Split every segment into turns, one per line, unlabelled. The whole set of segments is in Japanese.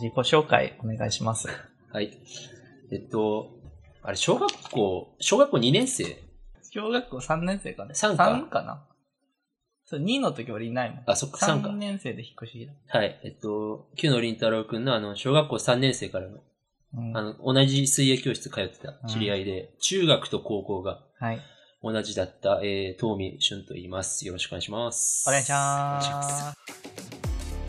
自己紹介お願いします。
はい。えっと、あれ、小学校、小学校2年生
小学校3年生かな
三か
三なそう、2の時俺いないもん。
あ、そっか、3
3
か。
年生で引っ越しだ。
はい。えっと、旧野凛太郎くんのあの、小学校3年生からの、
うん。
あ
は
の、同じ水泳教室通ってた知り合いで、中学と高校が
い。
同じだった、えー、東見俊と言います。よろしくお願いします。
お願いしま。
お願いします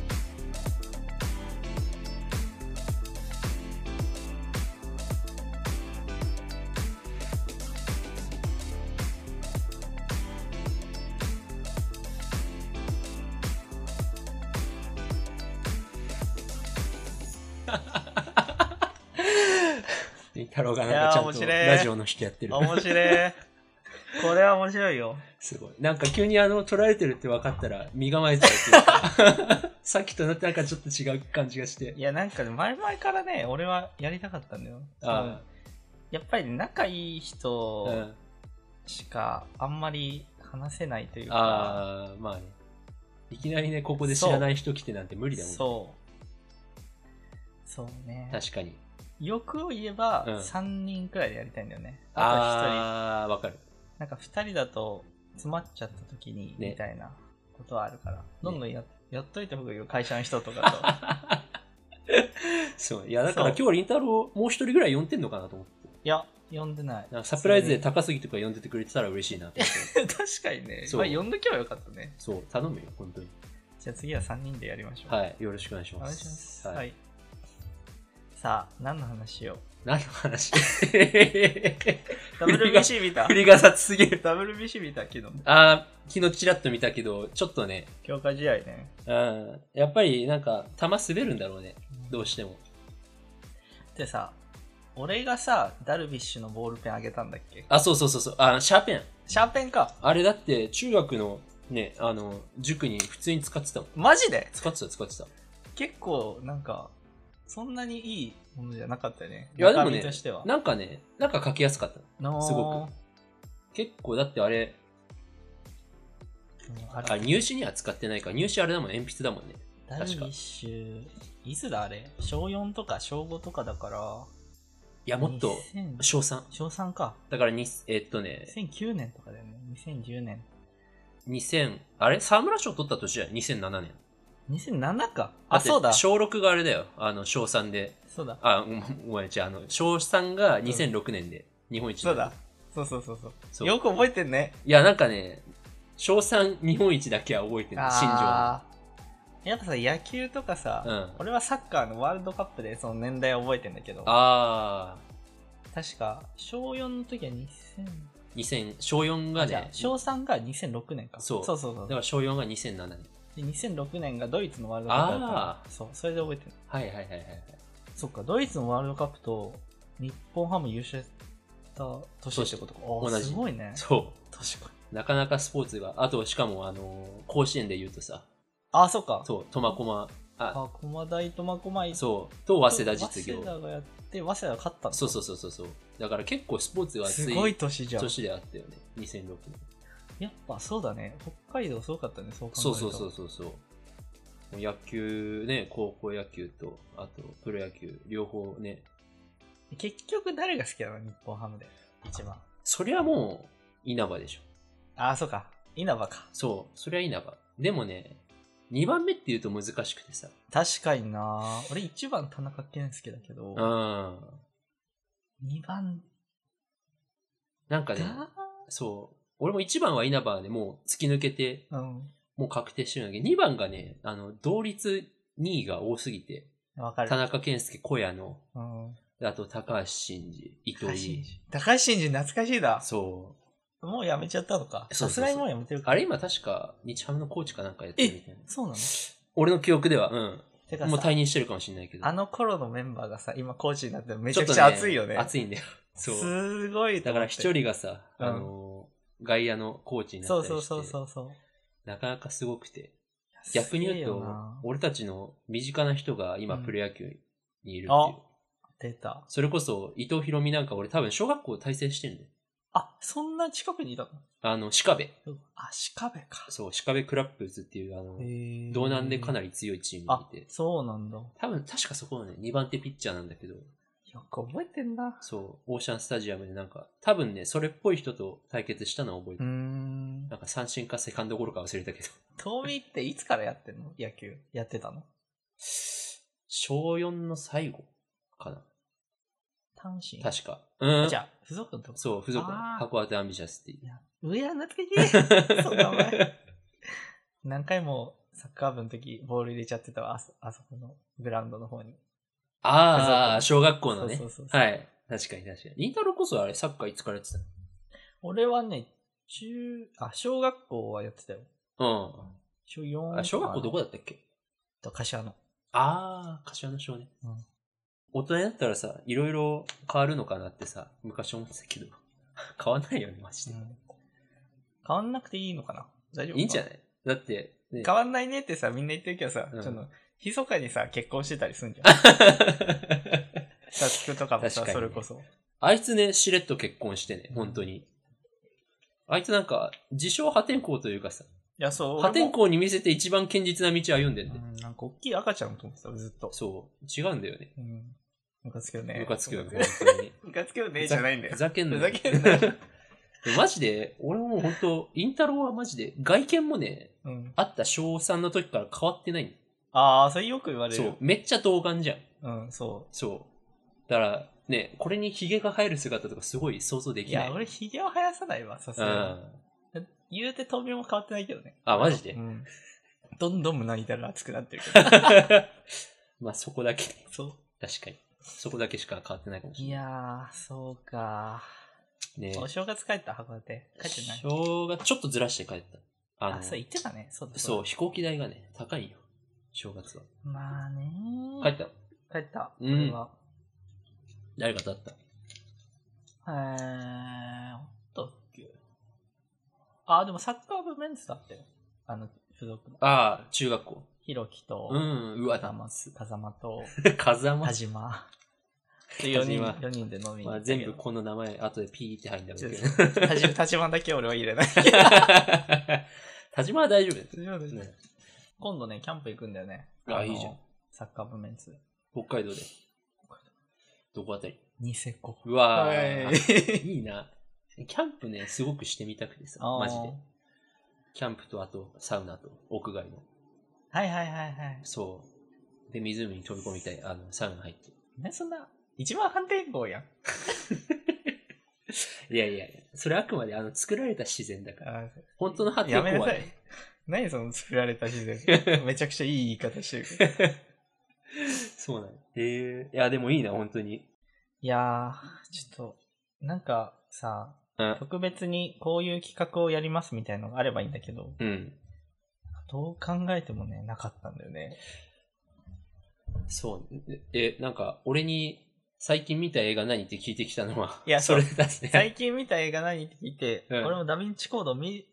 凛太郎が
い
な
や
ん
ー
かちゃん
面
と
白い
ラジオの引きやってる。
面白い。これは面白いよ。
すごい。なんか急にあの、取られてるって分かったら、身構えちゃうっていうか、 さっきとなんかちょっと違う感じがして
い。や、なんかね前々からね、俺はやりたかったんだよ。
あ
やっぱりね仲いい
あ、う
人
ん。
しかあんまり話せないというか、
ああ、まあね。いきなりね、ここで知らない人来てなんて無理だもんね。
そう。そうね。
確かに。
欲を言えば
うん
3人くらいでやりたいんだよね。あと1人。
ああ、わかる。
なんか2人だと詰まっちゃった時に
ね
みたいなことはあるから、どんどんや,、やっといた方がいいよ、会社の人とかと。
そう。いや、だか
そ
ら
う
今日、りんたろう、もう一人ぐらい呼んでんのかなと思って。
いや、呼んでない。
なんかサプライズで高杉とか呼んでてくれてたら嬉しいなと思って。
確かにね。
そう
まあ、呼んどけばよかったね。
そう、頼むよ、本当に。
じゃあ次は3人でやりましょう。
はい。よろしくお願いし
お
ます。
願いします。
はい
はい。さあ、何の話 を
何の話振りが
?WBC 見た
振りが雑すぎる。
WBC 見た昨日。
あー昨日ちらっと見たけど、ちょっとね、
強化試合ね。
うん、やっぱりなんか、球滑るんだろうね、どうしても。
でさ、俺がさ、ダルビッシュのボールペンあげたんだっけ
あ、そうそうそうそう、あシャーペン。
シャーペンか。
あれだって、中学のね、あの、塾に普通に使ってたもん。
マジで
使ってた、使ってた。い
結構、なんか、そんなにいいものじゃなかったよね。
や、でも
中身
ね
としては、。
なんかね、なんか書きやすかった。
の
すご結構、だってあれ、
うんあれ
あ入試には使ってないから、入試あれだもん、鉛筆だもんね。
ダルビッシュ、いつだあれ小4とか小5とかだから。
いや、もっと、
2000
小3。
小3か。
だからに、えっとね、
2009年とかだよね。2010年。
2000、あれ沢村賞取った年だよ、2007年。
2007か。
だ
あ、
って
そうだ。
小6があれだよ、あの、小3で。
そうだ。
あ、ごごめん、違う、あの、翔さんが2006年で日本一
そう
になっ
だ。そうそうそうそう。
たそう
よく覚えてんね。
いや、なんかね、翔さん日本一だけは覚えてる、新庄。
あーやっぱさ、野球とかさ、
うん
俺はサッカーのワールドカップでその年代を覚えてんだけど、
あ
確か、小4の時は2000、
ー、2000、小4が
あじゃあ
ね、
小3が2006年か。
そう
そうそうそう
だから小4が2007年。
で2006年がドイツのワールドカップだったの
あ
そう、それで覚えてる。
はいはいはいはいはい。
そっか、ドイツのワールドカップと日本ハム優勝した年ってことか。あ
同
ー
じ
すごいね。
そ
確かに。
う。なかなかスポーツが、あと、しかも、あのー甲子園で言うとさ、
あー、そっか。
そう、苫小牧、あ、
あ、駒大苫小牧
そう、と、早稲田実
早。
業
稲田がやって、早稲田が勝ったの
そうそうそうそうそう。だから結構スポーツが熱
す
い
ごい年じゃん。
年であったよね、2006年。
やっぱそうだね。北海道すごかったね、そう考えると。
そうそうそうそうそう。野球ね、高校野球と、あとプロ野球、両方ね。
結局誰が好きなの日本ハムで。一番。
そりゃもう、稲葉でしょ。
ああ、そうか。稲葉か。
そう、そりゃ稲葉。でもね、2番目って言うと難しくてさ。
確かにな俺一番田中健介だけ
う
ど
ん。、
二番
なんか
だ、
ね、そう。俺も1番は稲葉でもう突き抜けて、
うん。
もう確定してるんだけど、2番がね、あの、同率2位が多すぎて、
わかる
田。中健介、小屋の、
うん
あと高橋真司、伊
高橋
藤
真
井。
司高橋真司懐かしいだ。
そう。
もうやめちゃったのか。
そうそうそう
さすがにもうやめてるか。
あれ今確か日ハムのコーチかなんかやってるみたいな。
そうなの
俺の記憶では、う
て
ん。
か
もう退
さ、
任してるかもしれないけど。
あの頃のメンバーがさ、今コーチになってめ
め
ちゃくちゃ熱いよね。
熱いんだよ。そう。
すごいと
だ
思
から
って。
一人がさ、
うん
あのー、外野のコーチになった
そ
り
う
して。
そうそうそうそう。
なかなかすごくて。逆に言う
すげえよ
と
な、
俺たちの身近な人が今
うん
プロ野球にいるっていう。
あ出た。
それこそ伊藤博美なんか俺多分小学校大成してるんだよ。
あ、そんな近くにいた
あの、シカベ。
のあ、シカベか。
そう、シカベクラップズっていう、あの、道
道
南でかな
り
り強いチーム
あ
にいて、、
そうなんだ。よ
多分確かそこのね、2番手ピッチャーなんだけど、
く覚えてんな。
そう、オーシャンスタジアムでなんか、多分ね、それっぽい人と対決したのを覚えて
うー
る。
ん。
なんか三振かセカンドゴロか忘れたけど、
遠見っていつからやってんの野球。やってたの
小4の最後かな。
単身。
確か。うん
あじ。ゃあ、付属のとこ。
そう、付属の
あー
函館アンビシャスっていう。
い。や、上や懐かしい。 そう名前何回もサッカー部の時、ボール入れちゃってたわ。あそあそこのグラウンドの方に。
ああ、小学校のね
そうそうそう。そう
はい。確かに確かに。インタロこそあれ、サッカーいつからやってた
俺はね、中、あ、小学校はやってたよ。
の
小
う
4。
ん。あ小学校どこだったっけ
と柏の。
ああ、柏の少年。
うん
大人になったらさ、いろいろ変わるのかなってさ、昔思ってたけど、 変わんないよね、マジで。
変わんなくていいのかな大丈夫
いいんじゃ
い
ないだって、ね、
変わんないねってさ、みんな言ってるけどさ、
うん
その、密かにさ、結婚してたりすんじゃん。さ、聞くとかもさ、
確かに
そ
ね
れこそ。
あいつね、しれっと結婚してね、本当に。あいつなんか、自称破天荒というかさ、
いや、そう。
破天
俺も
荒に見せて一番堅実な道歩んでんね。
うん、なんか大きい赤ちゃんと思ってた、ずっと。
そう、違うんだよね。
うん。ムカつくよね。
ムカつくよね、
ムカつ
本当 に。
くムカつくよね、じゃないんだよ
ふ。ざけんなよ
ふざけんなよ
で もマジで、俺もう本当、インタロはマジで、外見もね、
うん。
あった小3の時から変わってないんだよ
ああ、それよく言われる。
そう、めっちゃ童顔じゃん。
うん、そ
そう。だから、ね、これにヒゲが生える姿とかすごい想像で
う。い
きない。
や、俺、ヒゲは生やさないわ、さす
うん。
が
あ、
に。言うて、闘病も変わってないけどね。
マジで
う。ん。どんどん胸板が熱くなってるけど。
ま あ、そこだけ、
そ
確かに。そこだけしか変わってないかも
う。
し
い
れな
やー、そうか。
い。ね
お正月帰った函館。帰ってない。
小がちょっとずらして帰った。あ
あ、
の、
そう、行ってたね。そうだ
そうう、飛行機代がね、高いよ。正月は。
だ。まあねー。
帰ったの
帰った。
うん
俺は。
誰かと会った
えー、おったっけ。あ、でもサッカー部メンツだったよ。あの、付属の。
ああ、中学校。
ひろきと、
うん、うわ、
風
だ
間
ま
と
す。
風間と、
風間
田。島。で、4人、
田島
4人で飲みに行
まあ、
ったけ
全
ど
部この名前、後でピーって入るんだろうけど。
田島田島だけ俺は入れない。
田島は大丈夫です。ね
今度ね、キャンプ行くんだよね。
あ
の
いいじゃん。
サッカー部メンツ。
北海道で。どこあたり
ニセコ。
うわ
はい
ー いいな。キャンプね、すごくしてみたくてさ、
あー
マジで。キャンプとあと、サウナと、屋外の。
はいはいはいはい。
そう。で、湖に飛び込みたい。あの、サウナ入って。
ね、そんな、一番反転校やん。
いやいやいや、それあくまであの作られた自然だから。
あ
本当の発
やめ
展
な
は
さ
ね
い。。何その作られた自然。めちゃくちゃいい言い方してるけど。
そうなの。ええいや、でもいいな、本当に。
いやー、ちょっと、なんかさ、
うん。
特別にこういう企画をやりますみたいのがあればいいんだけど、
うん。
どう考えてもね、なかったんだよ ね。
そう。え、なんか、俺に、最近見た映画何って聞いてきたのは、
いや
それだね。
最近見た映画何って聞いて、
うん
俺もダヴィンチコード見、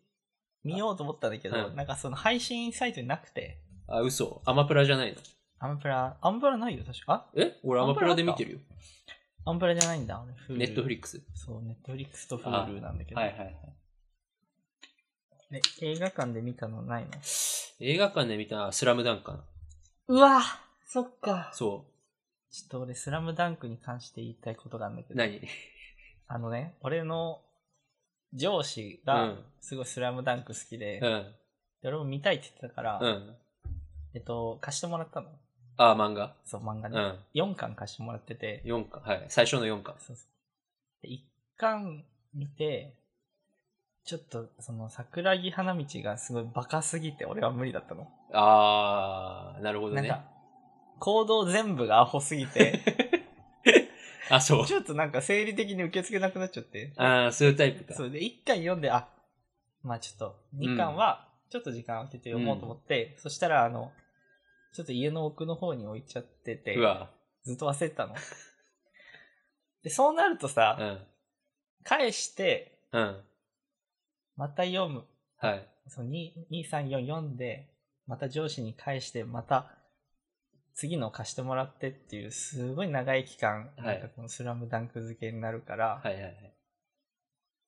見ようと思ったんだけど、
うん
なんかその配信サイトになくて、
あ、嘘。アマプラじゃないの。
アンプラ、アンプラないよ、確か。
え俺アマプラで見てるよ。
あアンプラじゃないんだ、俺。
ネットフ
リッ
リックス。
クス。そう、ネットフリックスとフールなんだけど、
はいはいはい。
ね映画館で見たのないの
映画館で見たスラムダンクかな。
うわそっか。
そ
ちょっと俺、スラムダンクに関して言いたいことがあるんだけ
う。
ど、
何
あのね、俺の上司
う
が
ん。
すごいスラムダンク好きで、
うん。
で俺も見たいって言ってたから、
うん。
えっと、貸してもらったの。
あ、漫画。
そう、漫画
う
ね。
ん。
4巻貸してもらってて、
4巻。はい。最初の4巻。
そうそうで1巻見て、ちょっとその桜木花道がすごいバカすぎて俺は無理だったの。
あー、なるほど
なん
ね。
か、行動全部がアホすぎ て、
あ、そう。
ちょっとなんか生理的に受け付けなくなっちゃって。
あー、そういうタイプか
そ。れで1巻読んで、あ、まあちょっと、2巻はちょっと時間空けて読もうと思って、そしたらあの、ちょっと家の奥の方に置いちゃってて
う、わ。
ずっと忘れてたの。で、そうなるとさ、
うん。
返して、
うん。
また読む。
はい。
その2、2、3、4読んで、また上司に返して、また、次の貸してもらってっていう、すごい長い期間、
はい
なんかこのスラムダンク付けになるから、
はいはいはい。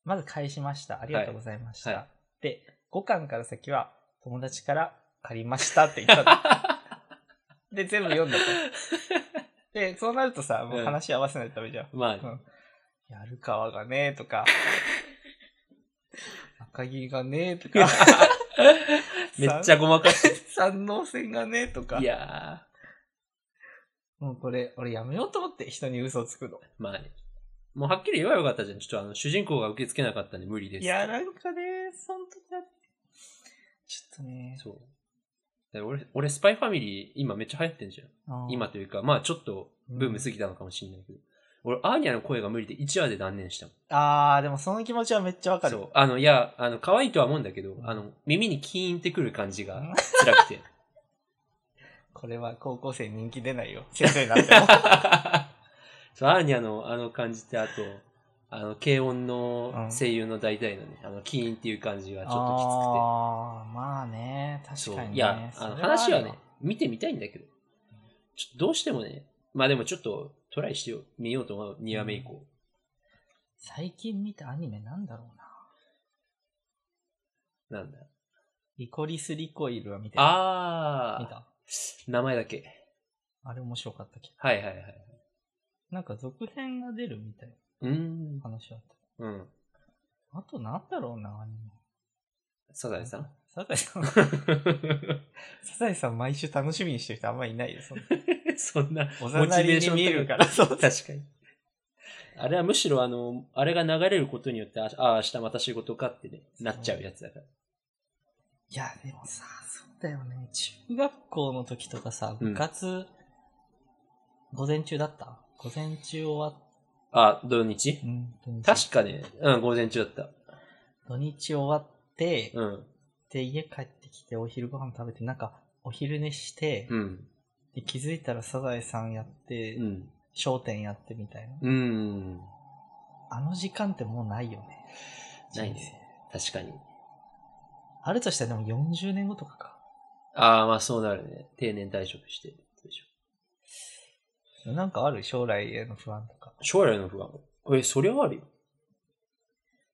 まず返しました。ありがとうございました。
はいは
で、5巻から先は友達から借りましたって言ったの。 で、全部読んだと。で、そうなるとさ、もう話合わせないとダメじゃん。
ま
う
あ、
んやる川がねとか、赤木がねとか、
めっちゃごまかし
三能線がねとか
て。い。や
もうこれ、俺やめようと思って人に嘘つくの。
ー、まあね。もうはっきり言えばよかったじゃん。ちょっとあの、主人公が受け付けなかったんで無理です。
いや、なんかね、そんときはちょっとね、
そう。だから俺、俺、スパイファミリー、今めっちゃ流行ってんじゃん。
あの
今というか、まあちょっとブーム過ぎたのかもしれないけど。俺、アーニャの声が無理で1話で断念したもん。
あー、でもその気持ちはめっちゃわか
そ
る。
う。あの、いや、あの、可愛いとは思うんだけど、あの、耳にキーンってくる感じが辛 くて。
これは高校生人気出ないよ。先生にな っても。
そう、アーニャのあの感じって、あと、あの、軽音の声優の大体のね、あの、キーンっていう感じがちょっと
あー、まあね、
きつく
確
て。
かに
そう。
ね。
いや、あの、
それ
話は
ある
ね
わ、
見てみたいんだけど、ちょっとどうしてもね、まあでもちょっとトライしてみようと思う、2話目以降。
最近見たアニメなんだろうな。
なんだ。
リコリスリコイルは見てた。見
あ
た
ー、名前だけ。
あれ面白かったけど。
はいはいはい。
なんか続編が出るみたいな
うーん。
話だった。
うん。
あとなんだろうな、アニメ。
サザエさん
サザエさん、サザエさん毎週楽しみにしてる人あんまりいないよ。 そんな
そんな、
おざ
モ
な
チベ
り
ーシ
に
ョン
見える から。そう
確かに。あれはむしろあの、あれが流れることによって、ああ、明日また仕事かってね、なっちゃうやつだから。
いや、でもさ、そうだよね。中学校の時とかさ、
う
部
ん
活、午前中だった午前中終わっ、
あ、土日
うん、土日
確かね、うん、午前中だった。
土日終わって、
うん。
で、家帰ってきてお昼ご飯食べて、なんか、お昼寝して、
うん。
で気づいたらサザエさんやって、
うん。
商店やってみたいな。
うん。
あの時間ってもうないよね。
ない
人生
ね。確かに。
あるとしたらでも40年後とかか。
ああ、まあそうなるね。定年退職して。でしょ
なんかある将来への不安とか。
将来の不安。え、そりゃあるよ。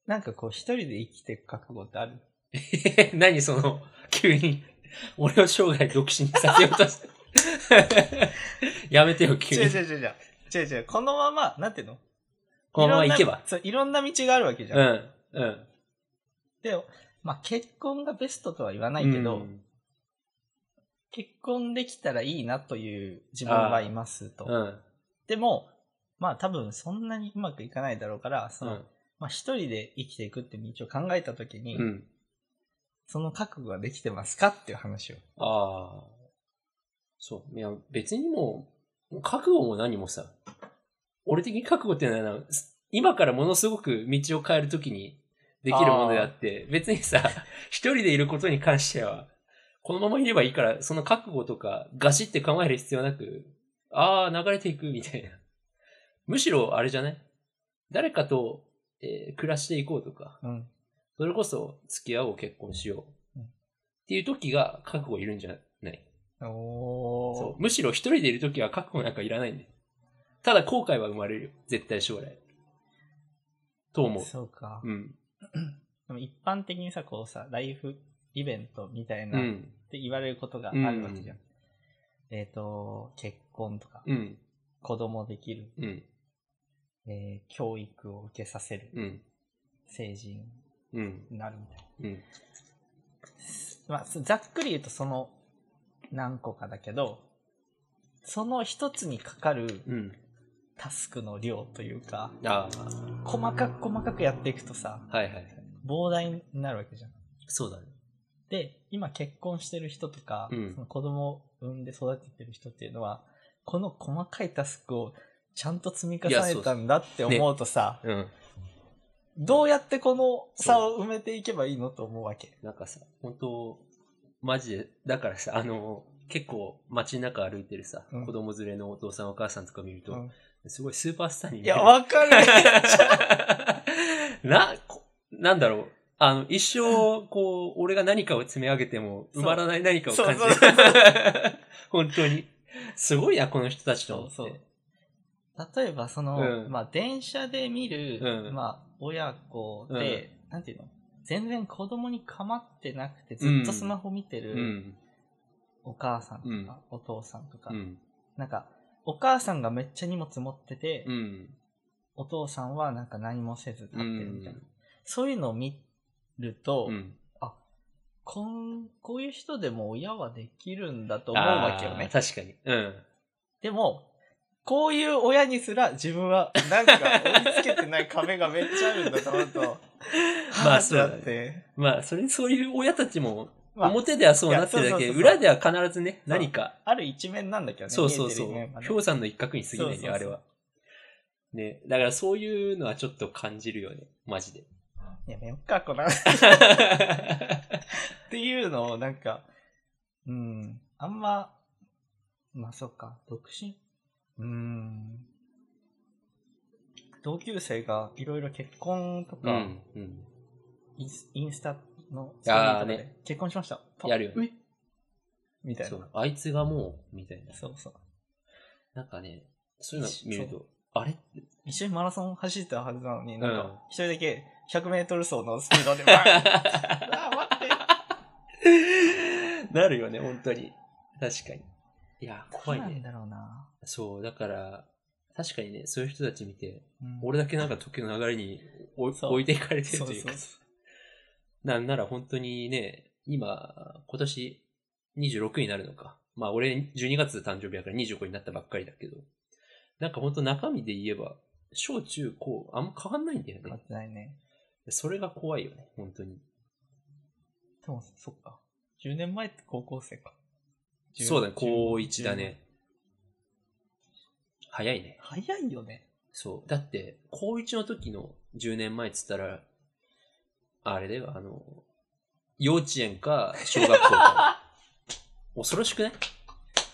なんかこう一人で生きていく覚悟ってある
え 何その、急に、俺を生涯独身にさせようとして。 やめてよ、急
違う
に。
違う違う違う。違う違う。このまま、なんていうの
このまま行け
いろん
ば。
なそういろんな道があるわけじゃん。
うん。うん。
で、まあ結婚がベストとは言わないけど、
うん
結婚できたらいいなという自分はいますと。
うん。
でも、まあ多分そんなにうまくいかないだろうから、その、まあ一人で生きていくって道を考えたときに、
うん。
その覚悟ができてますかっていう話を。
ああ。そう。いや、別にもう、もう覚悟も何もさ、俺的に覚悟っていうのは、す今からものすごく道を変えるときにできるものであって、別にさ、 一人でいることに関しては、このままいればいいから、その覚悟とか、ガシって構える必要なく、ああ、流れていくみたいな。むしろ、あれじゃない誰かと、えー暮らしていこうとか、
うん。
それこそ付き合おう、結婚しよう。
うん
っていう時が覚悟いるんじゃない
お
そ
ー
うむしろ一人でいる時は覚悟なんかいらないんだよ。ただ後悔は生まれるよ。絶対将来。と思う。
そうか。
うん。
でも一般的にさ、こうさ、ライフイベントみたいうなっ
ん。
て言われることがあるわけじゃん。えっ、と、結婚とか、
うん。
子供できる、
うん。
えー教育を受けさせる、
うん。
成人
うん。
になるみたいな。
うん。
まあ、ざっくり言うとその何個かだけど、その一つにかかる
うん。
タスクの量というか、
あ
細かく細かくやっていくとさ、
あ。はいはい。
膨大になるわけじゃん。
そうだね。
で、今結婚してる人とか、
うん
その子供を産んで育ててる人っていうのは、この細かいタスクをちゃんと積み重
いやそう
ね
そう
たんだって思うとさ、
うん。
どうやってこの差を埋めていけばいいのと思うわけ。
なんかさ、本当マジで、だからさ、あの、結構街中歩いてるさ、
うん
子供連れのお父さんお母さんとか見ると、
うん
すごいスーパースターに見
い
える
や、わか る。
な、こなんだろう。あの、一生、こう、俺が何かを積み上げても、
そう
埋まらない何かを感じ
そう
る
そうそう。
本当に。すごいな、この人たちと思って。
そうそう例えばその、
うん
まあ電車で見る、
うん
まあ親子で、なんていうの全然子供に構ってなくてずっとスマホ見て
う
る
ん。
お母さんとか、
うん
お父さんとか、
うん。
なんかお母さんがめっちゃ荷物持ってて、
うん。
お父さんはなんか何もせず立ってるみたいな、
うん
そういうのを見ると、
うん。
こんこういう人でも親はできるんだと思うわけよ
あ
ね
ー。確かに。うん。、
でも、こういう親にすら自分はなんか追いつけてない壁がめっちゃあるんだと思うと
まあそうだね
だって。
まあ、それ、そういう親たちも、
まあ、
表ではそうなってるだ
いやそうそう
け、
そうそう
裏では必ずね、何か、
ある一面なんだけどね。
そうそうそう
見えてる一面ま。で
氷山の一角に過ぎな
そう
い
そう
ね、
そう
あれは。ね、だからそういうのはちょっと感じるよね、マジで。
やめよっか、この。っていうのをなんか、うん、あんま、まあそっか、独身うん。同級生がいろいろ結婚 と
う
か、
ん、うん。
インスインスタのスト
あー
ーリーとかで結婚しました。パッ
やるよね
ういみたい
そ
な。
う、あいつがもう、みたいな。
そうそう。
なんかね、そういうの見ると、あれ
一緒にマラソン走ってたはずなのに、
ん
なんか、一人だけ100メートル走のスピードで、バ ーンあー待って。
なるよね、本当に。確かに。いや、怖い
どうなん
ね。
だろうな。
そう、だから、確かにね、そういう人たち見て、
うん
俺だけなんか時の流れにお
そう
置いていかれてる
そう
と
そう
いう
そ
か
う。。
なんなら本当にね、今、今年26になるのか。まあ俺12月誕生日だから25になったばっかりだけど、なんか本当中身で言えば、小中高、あんま変わんないんだよ
変わ
ね
っ。てないね。
それが怖いよね、本当に。
でも、そっか。10年前って高校生か。10
そうだね、
10
高1だね。早いね。
早いよね。
そう。だって、高1の時の10年前っつったら、あれだよ、あの、幼稚園か小学校 か。恐ろしくない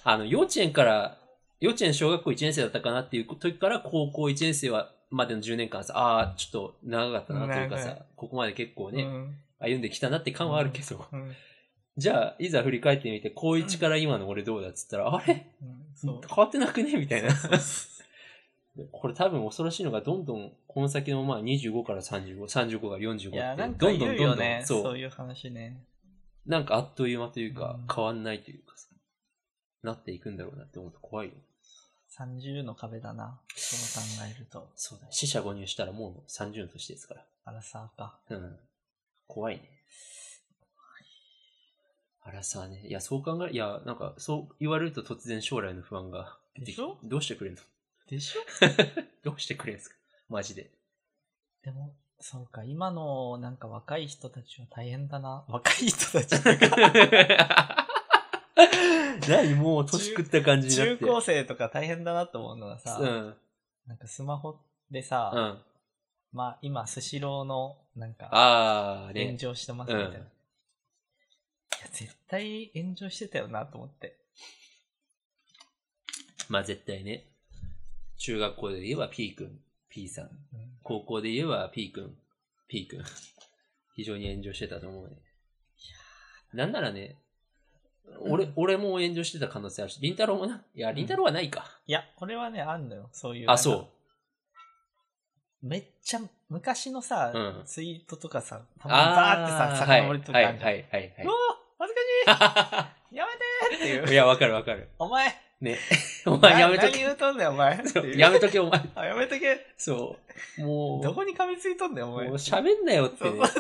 あの、幼稚園から、幼稚園小学校1年生だったかなっていう時から高校1年生はまでの10年間さ、ああ、ちょっと長かったなというか
長
さ、ここまで結構ね、
うん
歩んできたなって感はあるけど、
うん
じゃあ、いざ振り返ってみて、高1から今の俺どうだっつったら、あれ
うん
変
そう。
わってなくねみたいな。
そうそ
でこれ多分恐ろしいのが、どんどん、この先のまあ25から35、35から45っ
う
て、
いや、なんか
どんど
言
ん
う
ど
よ
んどん
ね、。
そう
そういう話ね。
なんかあっという間というか
うん、
変わんないというかさ、なっていくんだろうなって思うと怖いよ。
30の壁だな。そう考えると。
そうだ、死者誤入したらもう30の年ですか
アラサーか。
ら。うん。怖いね。あらさね。いや、そう考え、いや、なんか、そう言われると突然将来の不安が出てき
でしょ
どうしてくれんの
でしょ
どうしてくれんすかマジで。
でも、そうか、今のなんか若い人たちは大変だな。若い人たちっていうか
何もう年食った感じになっ
中
て。
高生とか大変だなと思うのはさ、
うん。
なんかスマホでさ、
うん。
まあ今、スシローのなんか
ああ、
炎
ね。
上してますみたいな。
うん
いや、絶対炎上してたよなと思って。
まあ絶対ね。中学校で言えば P 君、P さん。
うん
高校で言えば P 君、P 君。非常に炎上してたと思うね。なんならね、俺、俺も炎上してた可能性あるし、りんたろーもな。いや、りんたろーはないか。
いや、これはね、あんのよ。そういう。
あ、そう。
う。めっちゃ昔のさ、
うん
ツイートとかさ、たまにバーっ
あ
て
ー
さ、遡るとかあるじゃん。
はい、はい、は
うわ恥ずかしいやめてーって
い。い
いう。
や、わかるわかる。
お前
ね。お前やめと
な何
け
言うとんねん、お前。って
そう。
いう
やめとけ、お前。
あやめとけ。
そう。もう、
どこに噛みついとんねん、お
もう
前。だか
喋んなよってね
そ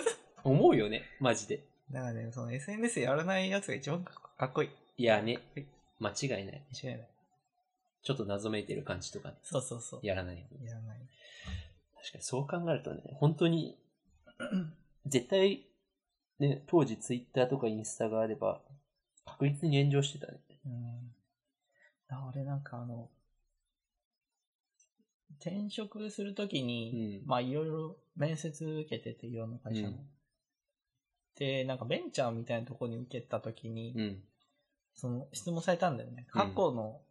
う
思うよね、マジで。
らね、その SNS やらないやつが一番かっこかっこいい。
いやね
はい、
間違いない。
間違いない。
ちょっと謎めいてる感じとかね、
そうそうそう。
やらない。
やらない。
確かにそう考えるとね、本 当に、絶対、ね、当時ツイッターとかインスタがあれば、確実に炎上してたね。
うん。あ俺なんかあの、転職するとき
う
に、
ん。
まあいろいろ面接受けてて、いろんな会社の。
うん
で、なんかベンチャーみたいなところに受けたときに、
うん。
その質問されたんだよね。過去の、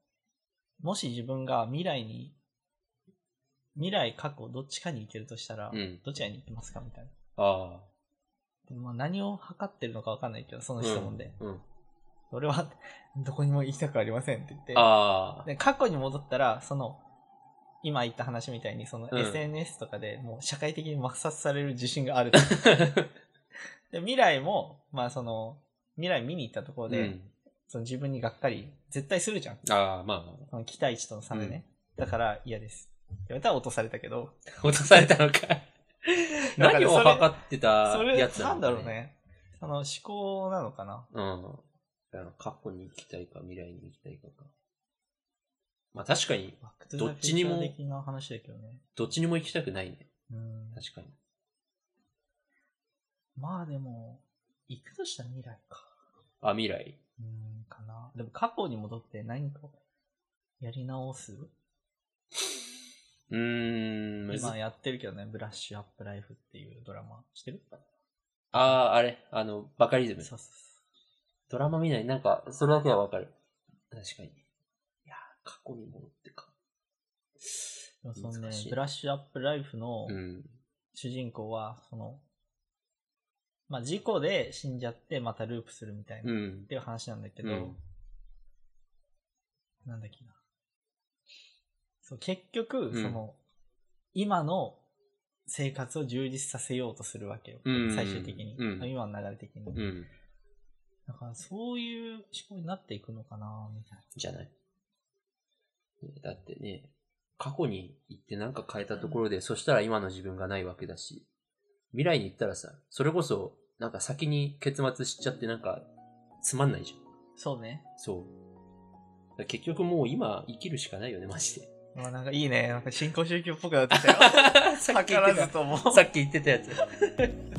もし自分が未来に、未来、過去、どっちかに行けるとしたら、
うん。
どちらに行きますかみたいな。
あ
でまあ、何を測ってるのかわかんないけど、そ
あ。
の質問で。
うん。うん
俺は、どこにも行きたくありませんって言って。
ああ。
で過去に戻ったら、その、今言った話みたいに、その
うん
SNS とかでもう社会的に抹殺される自信が あると。で未来も、まあその、未来見に行ったところで、
うん、
その自分にがっかり、絶対するじゃん。
ああ、ま
その期待値との差でね。だから嫌です。って言われたら落とされたけ ど、
あ、落とされたのか。
なんかね
何を測ってた
そ
や
れ、
つ
な
なの
ん
か
だろう。ね。その思考なのかな。
うん。だから過去に行きたいか、未来に行きたいかか。まあ確かに、
バックトゥザ
どっちにも
フューチャー的な話だけどね。
どっちにも行きたくないね。
うん。
確かに。
まあでも、行くとしたら未来か。
あ、未来。
うん、かな。でも過去に戻って何かやり直す
うーん、むず
今やってるけどね、ブラッシュアップライフっていうドラマ。してる
ああ、あれ、あの、バカリズム。
そうそうそ
ドラマ見ない。なんか、それだけはわかる。確かに。いやー、過去に戻ってか。
う。でもその
難
ね
し、い
ブラッシュアップライフの
うん。
主人公は、その、まあ事故で死んじゃってまたループするみたいな、
う
っ
ん。
ていう話なんだけど、
うん
なんだっけな。そう、結局、
うん
その、今の生活を充実させようとするわけよ。
うん
最終的に、
うん
今の流れ的に。
うん。
だから、そういう思考になっていくのかな、みたい
じゃない。ねだってね、過去に行ってなんか変えたところで、そしたら今の自分がないわけだし、未来に行ったらさ、それこそ、なんか先に結末知っちゃってなんか、つまんないじゃん。
な。そうね。
そう。だから結局もう今生きるしかないよね、マジで。
まあ、なんか いいね。なんか新興宗教っぽくなってきたよ。
さっき 言
計ら
って
ずとも。
た、さっき言ってたやつ。